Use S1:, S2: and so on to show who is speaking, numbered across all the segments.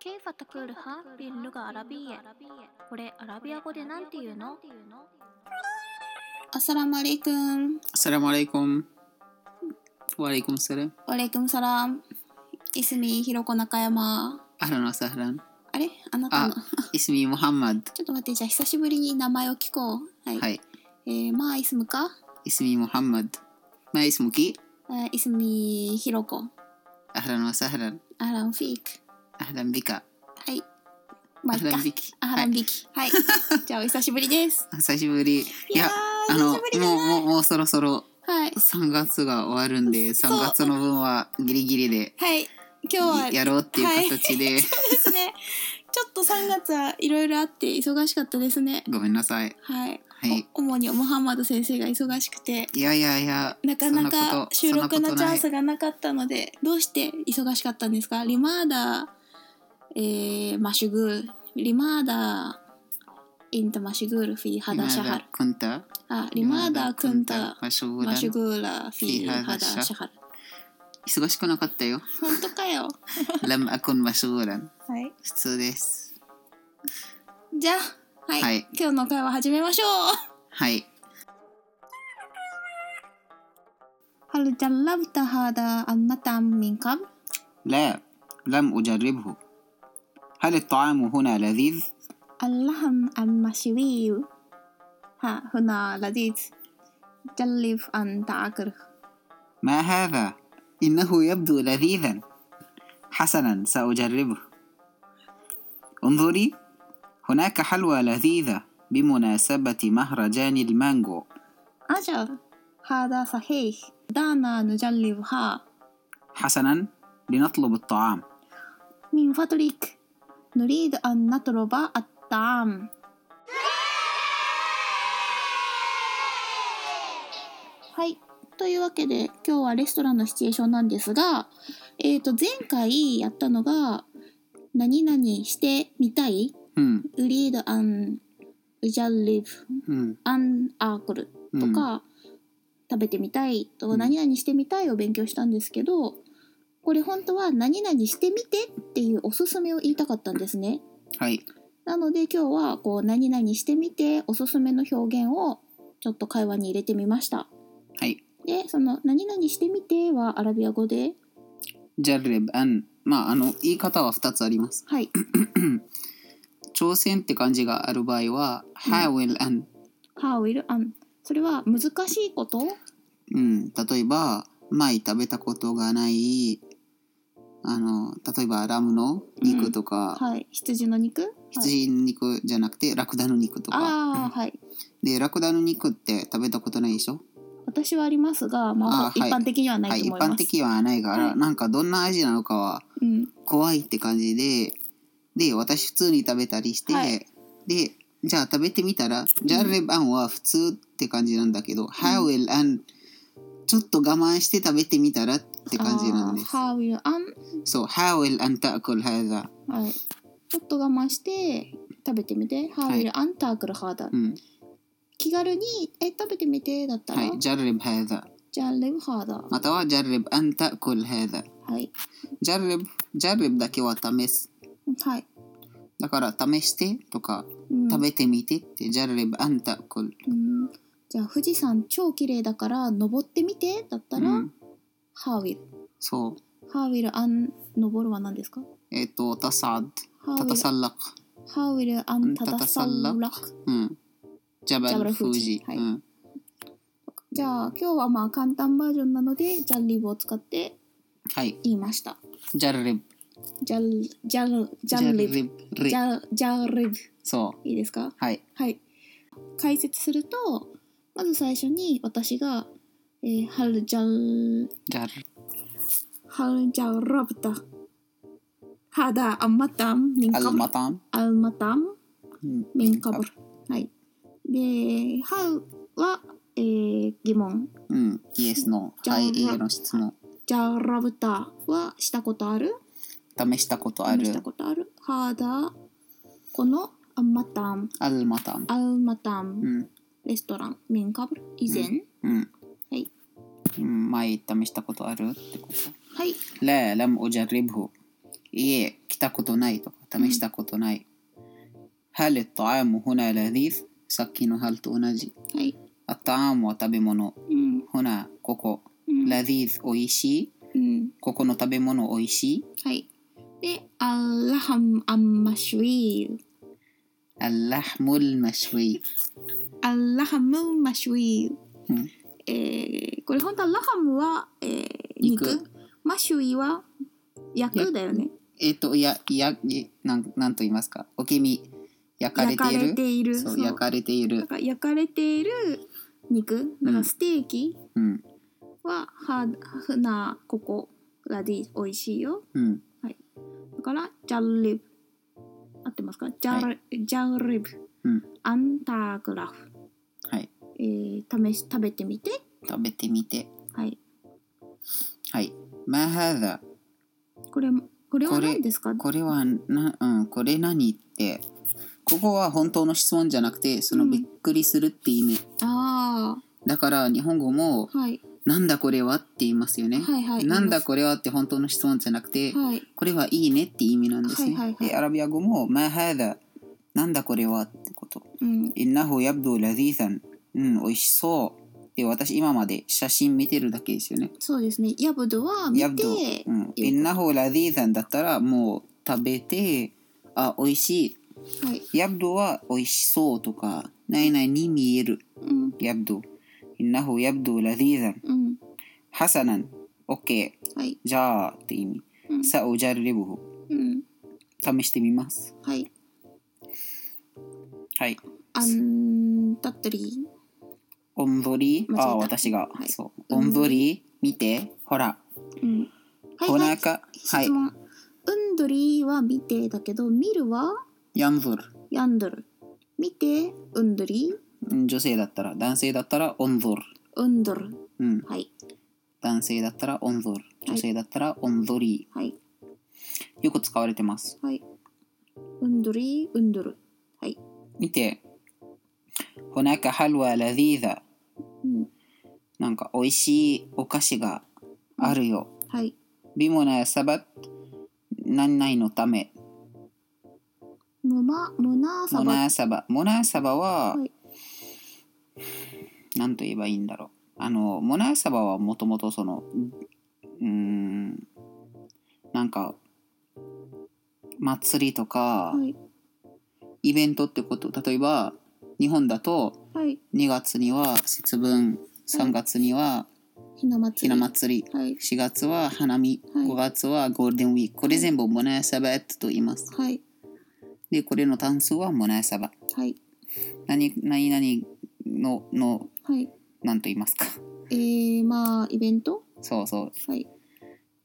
S1: كيف تقولها باللغة العربية؟これアラビア語でなんて言うの
S2: السلام عليكم
S3: السلام عليكم وعليكم السلام
S2: وعليكم السلام اسمي هيروكو ناكاياما
S3: أهلا وسهلا
S2: あれあなた
S3: あ
S2: の
S3: اسمي محمد
S2: ちょっと待ってじゃあ久しぶりに名前を聞こうはい、
S3: هاي
S2: えーまあイスムか
S3: اسمي محمد ما اسمك
S2: あイスミヒロコ
S3: أهلا وسهلا
S2: アランフィーク
S3: أهلا بك
S2: はいまあいっか
S3: أهلا بك
S2: アハランビキはいじゃあお久しぶりです
S3: 久しぶりい
S2: いやー
S3: あ
S2: 久
S3: の
S2: しぶりじゃ
S3: もう
S2: ない
S3: もうもうそろそろ
S2: はい
S3: 3月が終わるんで
S2: そう
S3: 3月の分はギリギリで
S2: はい今日は
S3: やろうっていう形で、
S2: ですねちょっと3月はいろいろあって忙しかったですね
S3: ごめんなさい
S2: はい、
S3: はい
S2: お主にモハンマド先生が忙しくて
S3: いやいやいや
S2: なかな
S3: そん
S2: か
S3: こと
S2: 収録
S3: そ
S2: のチ
S3: んなこと
S2: ャ
S3: な
S2: ン
S3: い
S2: スがなかったのでどうして忙しかったんですかリマーダー、えー、マシュグーリマーダーイントマシュグールフィーハダシャハル
S3: لماذا كنت
S2: あリマーダークンタ
S3: مشغولا
S2: マシュグーラフィーハダシャハル
S3: 忙しくなかったよ
S2: 本当かよ
S3: لم أكن مشغولا
S2: はい
S3: 普通です
S2: じゃあはい、
S3: はい
S2: 今日の会話始めましょう
S3: はい
S2: ハルジャラブタハダアンマタンミンカブ
S3: لا لم أجربه هل الطعام هنا لذيذ؟
S2: اللحم المشوي ها هنا لذيذ جرب أن تأكله
S3: ما هذا؟ إنه يبدو لذيذا حسنا سأجربه انظري هناك حلوى لذيذة بمناسبة مهرجان المانجو
S2: أجل هذا صحيح دعنا نجربها
S3: حسنا لنطلب الطعام
S2: من فضلك نريد أن نطلب الطعامはい。というわけで、今日はレストランのシチュエーションなんですが、えっ、と、前回やったのが、何々してみたい
S3: مم.
S2: ウリード・アン・ウジャルリブ・
S3: مم.
S2: アン・アークルと
S3: مم.
S2: か、食べてみたいと
S3: うん
S2: 何々してみたいを勉強したんですけど、これ本当は何々してみてっていうおすすめを言いたかったんですね。
S3: هاي
S2: なので今日はこう何々してみておすすめの表現をちょっと会話に入れてみました。
S3: هاي
S2: で、その何々してみてはアラビア語で、
S3: جرب أن まああの言い方は2つあります
S2: はい。
S3: 挑戦って漢字がある場合は「How will an」
S2: How will an それは難しいこと
S3: うん、例えば前食べたことがないあの例えばラムの肉とか、
S2: はい。羊の肉はい
S3: 羊の肉じゃなくてラクダの肉とか
S2: ああ、はい。
S3: でラクダの肉って食べたことないでしょ
S2: 私はありますが、まあ、
S3: あーはい
S2: 一般的にはな
S3: はいい
S2: と
S3: 一
S2: 思います。
S3: 般的にはないから、
S2: はい
S3: なんかどんな味なのかは
S2: うん、
S3: 怖いって感じでで私普通に食べたりして、
S2: はい
S3: でじゃあ食べてみたら、ジャルレバンは普通って感じなんだけど、ハウエルアンちょっと我慢して食べてみたらって感じなんです。
S2: ハーウィルアン、
S3: そう、حاول أن تأكل هذا
S2: はい、ちょっと我慢して食べてみて。ハーウィルアンタークルハーダ。
S3: うん
S2: 気軽にえ食べてみてだったら、
S3: はい、جرب هذا
S2: じゃあレブハーダ。
S3: または جرب أن تأكل هذا
S2: はい、
S3: جرب جرب だけは試す
S2: はい、
S3: だから試してとか
S2: うん
S3: 食べてみてって、جرب أن تأكل
S2: うんじゃあ富士山超綺麗だから登ってみてだったら、
S3: うん
S2: ハーウィル。
S3: そう
S2: ハーウィルアン登るは何ですか？
S3: えっ、と تصعد
S2: ハーウィル
S3: تتسلق
S2: ハーウィルアンタタサルラク。
S3: うん
S2: ジャバ
S3: جبل
S2: ルフジ
S3: فوجي
S2: はい
S3: うん
S2: じゃあ今日はまあ簡単バージョンなのでジャンリブを使って
S3: はい
S2: 言いました。
S3: جرب
S2: ジャルジャルジャンリブ
S3: جرب
S2: ジャジャルブ
S3: そう
S2: いいですか
S3: はい
S2: はい解説するとまず最初に私が、えー、ハルジャル
S3: جرب
S2: ハルジャルラブタハダアンマタンミンカブル
S3: المطعم
S2: アンマタン
S3: م.
S2: ミンカブルはいでハウは、えー、疑問
S3: うん Yes No はい
S2: جرب
S3: A の質問
S2: ジャルラブタはしたことある
S3: 試したことある
S2: 試したことあるハダこのアンマタン
S3: المطعم
S2: アンマタン、
S3: うん
S2: レストランミンカブル以前、
S3: うん
S2: はい
S3: うん前試したことあるってこと
S2: はい
S3: لا لم أجربه إيه したことないとか試したことない。هل الطعام هنا لذيذ? さっきの هل と同じ。
S2: はい。
S3: الطعام は食べ物。
S2: うん。
S3: هنا ここ。
S2: うん。
S3: لذيذ 美味しい。
S2: うん。
S3: ここの食べ物美味しい。
S2: はい。で、アラハムアンマシュイル。
S3: اللحم المشوي
S2: アラハムマシュイル。
S3: うん
S2: えー、これ本当はラハムは、えー、肉
S3: 肉
S2: マシュイは焼くだよね。
S3: えっ、と、や、や、いなん、なんと言いますか。おけみ。焼かれ
S2: 焼
S3: て
S2: か
S3: い
S2: れ
S3: る。
S2: ている。
S3: そう
S2: そう
S3: 焼かれてい
S2: なん
S3: る。
S2: か焼かれている肉、だからステーキ
S3: うん。
S2: は、は、ふな、ここ、ラディ、美味しいよ。
S3: うん。
S2: だから、ジャルリブ。合ってますかジャル、
S3: は
S2: ジャルリブ。
S3: うん
S2: アンタグラフ。
S3: はい。
S2: えー、試し、食べてみて。
S3: 食べてみて。
S2: はい。
S3: はい。マハザ。
S2: これ、これは
S3: これ
S2: 何ですか
S3: これは、な、うん、これ何って。ここは本当の質問じゃなくて、その
S2: うん
S3: びっくりするって意味。
S2: あ
S3: だから、日本語も、
S2: あ、はい。
S3: なんだこれはって言いますよね。
S2: はいはい。
S3: なんだ
S2: こ
S3: これはって本当の質問じゃなくて、
S2: はい。
S3: これはいいねって意味なんですね。
S2: はいはいはい
S3: でアラビア語も、マハザ。なんだこれはってこと。
S2: うん。
S3: إنه يبدو لذيذا うん、美味しそう。で、私今まで写真見てるだけですよね。
S2: そうですね。ヤブドは見
S3: やっと、
S2: て
S3: う、ん。
S2: いい
S3: إنه لذيذا だったらもう食べて、あ、美味し
S2: はい。
S3: い。やぶどは美味しそうとか、ないないに見える。
S2: うん。
S3: やぶど。إنه يبدو لذيذا
S2: うん。
S3: حسنا OK
S2: はい。
S3: じゃあって意味。
S2: うん。
S3: سأجربه
S2: うん。
S3: 試してみます。
S2: はい。
S3: はい。
S2: あんだったり、
S3: おんどり、
S2: 間違えた
S3: あ、私が。
S2: はい
S3: そう。おんどり、見て、ほら、
S2: うん。はい、
S3: お
S2: はい。
S3: 腹、はい
S2: 質。問。うんどりは見てだけど、見るは
S3: ヤンゾル。
S2: やんどる。見て、うんどり、
S3: 女性だったら男性だったらオンゾル、
S2: うんどる。
S3: うん、
S2: はい。
S3: 男性だったらオンゾル女性だったらオンゾリ
S2: はい。
S3: よく使われてます
S2: はい。うんどり、うんどる。はい。
S3: 見て「ほなかハルワラディーザ
S2: うん。」
S3: なんか美味しいお菓子があるよ、
S2: はい。
S3: ビモナやサバッ何々のため
S2: むま、むなさ
S3: モ
S2: ば。
S3: ナやサバモナやサバは、
S2: はい
S3: なんと言えばいいんだろうあのモナやサバはもともとそのうーんなんか祭りとか、
S2: はい。
S3: イベントってこと例えば日本だと
S2: はい。
S3: 2月には節分3月には
S2: ひな祭り。
S3: ひな祭り
S2: はい。
S3: 4月は花見
S2: はい
S3: 5月はゴールデンウィークこれ全部モナヤサバと言います
S2: はい。
S3: でこれの単数はモナヤサバ
S2: はい。
S3: 何何々のの
S2: はい。
S3: 何と言いますか
S2: えー、まあ、イベント
S3: そうそう
S2: はい。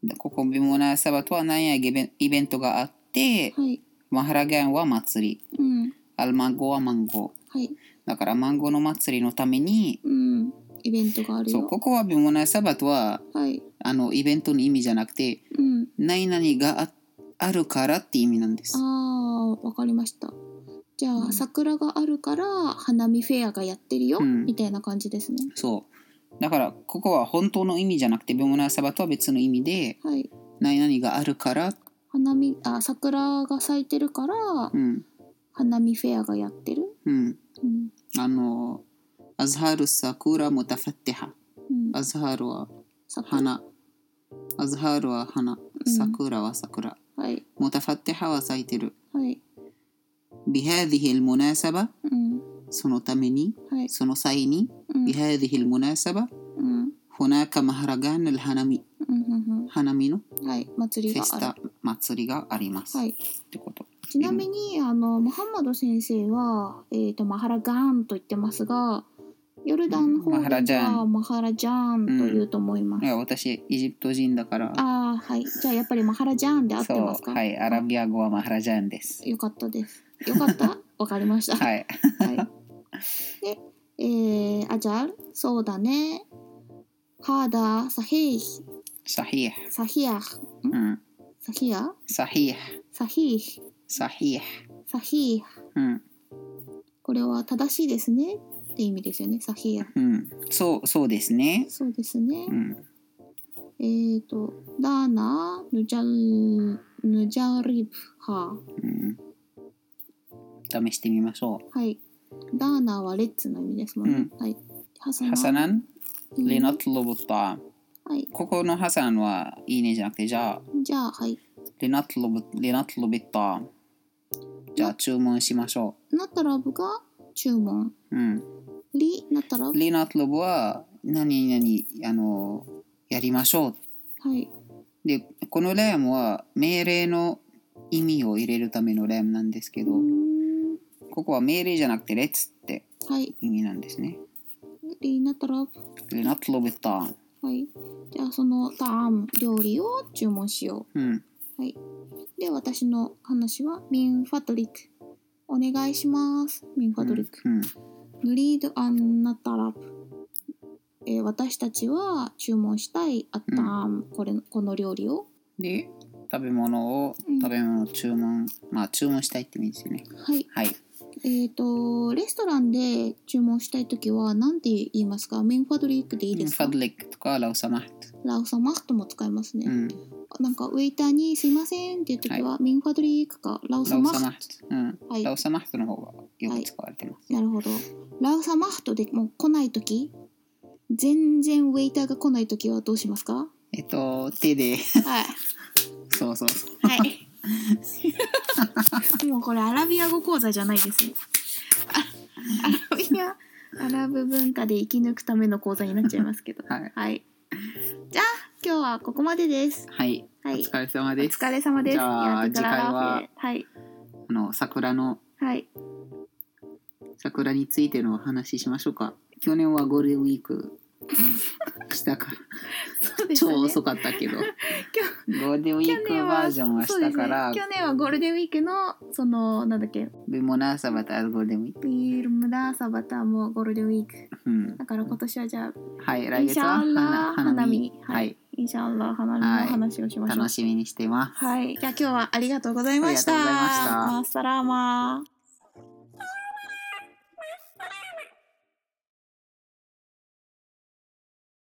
S3: でここモナヤサバとは何やイベンイベントがあって
S2: はい。
S3: マハラガンは祭り
S2: うん。
S3: アルマンゴはマンゴ
S2: はい。
S3: だからマンゴの祭りのために
S2: うん。イベントがある
S3: そう
S2: よ。
S3: ここはモナヤサバとは
S2: はい。
S3: あのイベントの意味じゃなくて
S2: うん。
S3: 何々がああるからって意味なんです。
S2: ああ、わかりました。じゃあ、
S3: うん
S2: 桜があるから花見フェアがやってるよ、
S3: うん
S2: みたいな感じですね。
S3: そうだからここは本当の意味じゃなくてベモナサバとは別の意味で
S2: はい。
S3: 何々があるから、
S2: 花見、あ、桜が咲いてるから
S3: うん
S2: 花見フェアがやってる。
S3: うん、
S2: うん。
S3: あの「アズハルサクラムタファテハ」
S2: うん
S3: 「アズハルは
S2: 桜。
S3: 花」「アズハルは花」「
S2: うん
S3: サクラは桜」
S2: はい。
S3: 「ムタファテハは咲いてる」
S2: はい。
S3: 「ビハディヒルモナサバ
S2: うん。」
S3: そのために
S2: はい。
S3: その際に
S2: う
S3: 「
S2: ん。
S3: ビハディヒルモナサバ」
S2: うん。
S3: 「ホナカマハラガンルハナミ」
S2: うんうん
S3: 花見の
S2: うん。はい。祭
S3: フ
S2: り
S3: ェ
S2: が
S3: ス
S2: あ
S3: タ祭りがあります、
S2: る。はい。
S3: ってこと
S2: ちなみに、あの、ムハンマド先生は、えっ、と、マハラガーンと言ってますが、ヨルダンの方で
S3: マハラジャー
S2: はマハラジャーンと言うと思います
S3: い。や私エジプト人だから
S2: ああ、はい。じゃあ、やっぱりマハラジャーンで合って
S3: そ
S2: ますか
S3: うはいアラビア語はマハラジャンです
S2: よかったです。よかった わかりました。
S3: はい
S2: はい。 で、えー、アジャル、そうだね。ハーダー、サヘイ、
S3: サヒー
S2: サヒア、
S3: うん
S2: サヒア、
S3: サヒー
S2: サヒイ、
S3: サヒー
S2: サヒイ。
S3: うん
S2: これは正しいですねって意味ですよね、サヒア。
S3: うんそうそうですね
S2: そうですね。
S3: うん
S2: ええー、と、ダーナ、ヌジャン、ヌジャリブハ。
S3: うん、試してみましょ
S2: はい。ダーナはレッツの意味ですもんね。はい。ハサ
S3: う。
S2: ナ。
S3: ハサナン、
S2: いいね
S3: レナトロブタン。
S2: はい。
S3: ここのハサンはいいねじゃなくて、じゃあ、
S2: じゃあ、はい。
S3: レナトロブ、レナトロビタン。じゃあ、注文しましょ
S2: ナタラブが注文。
S3: う。うん。
S2: リ、ナタラブ。
S3: レナトロブは、何々、あの、やりましょう。
S2: はい。
S3: で、このレームは、命令の意味を入れるためのレームなんですけど
S2: う、ーん
S3: ここは命令じゃなくて、レッツって
S2: はい。
S3: 意味なんですね。
S2: リ、ナタラブ。
S3: レナトロブタン。
S2: はい。じゃあ、そのターン、料理を注文しよ
S3: うん。
S2: う。はい。で、私の話は、ミンファトリック。お願いします。ミンファトリック。
S3: うん。
S2: ヌリードアンナタラブ。えー私たちは注文したいあった、これこの料理を
S3: で食べ物を、
S2: うん
S3: 食べ物を注文まあ注文したいって意味ですよね
S2: はい
S3: はい
S2: えっ、とレストランで注文したい時は何て言いますかメンファドリックでいいです
S3: ファ
S2: か
S3: ドリックとかラウサマット、
S2: ラウサマストも使いますね、
S3: うん、
S2: なんかウェイターに「すいません」っていう時は、メンファドリックかラウ
S3: ラ
S2: サ
S3: ウ
S2: マ
S3: サ
S2: ス
S3: マ
S2: ト
S3: ット、うん
S2: はい
S3: ラウサマットの方がよく使われてます、
S2: なるほどラウサマストでもう来ない時全然ウェイターが来ない時はどうしますか
S3: えっと手で
S2: はい
S3: そうそうそう
S2: はい。もうこれアラビア語講座じゃないですね。あアラビア、アラブ文化で生き抜くための講座になっちゃいますけど。
S3: はい
S2: はい。じゃあ、今日はここまでです。
S3: はい、
S2: はい
S3: お疲れ様
S2: お
S3: です
S2: 疲れ様です。
S3: じゃあ
S2: やってくらら
S3: 次
S2: はい。
S3: あの桜の
S2: はい。
S3: 桜についてのお話ししましょうか去年はゴールデンウィー クしたから、
S2: そうですね。
S3: 超遅かった けどゴールデンウィー
S2: 去
S3: ク
S2: 年は
S3: バージョンは
S2: そう
S3: し
S2: で
S3: た
S2: すね
S3: から、
S2: 去年はゴールデンウィークのそのなんだっけ
S3: ビモナーサバタゴールデンウィーク、
S2: ビールムダーサバターもゴールデンウィーク
S3: うん、
S2: だから今年はじゃあ
S3: はい
S2: イ
S3: 来
S2: ンシ
S3: 月
S2: ャ
S3: は
S2: ア
S3: 花
S2: ラー
S3: 花
S2: 花見
S3: 見
S2: は
S3: はい
S2: い、インシャアラー花見の話をしましょう
S3: 楽しみにしてます。
S2: はい。じゃあ今日はありがとうございました。
S3: ありがとうございました
S2: マッサラーマー。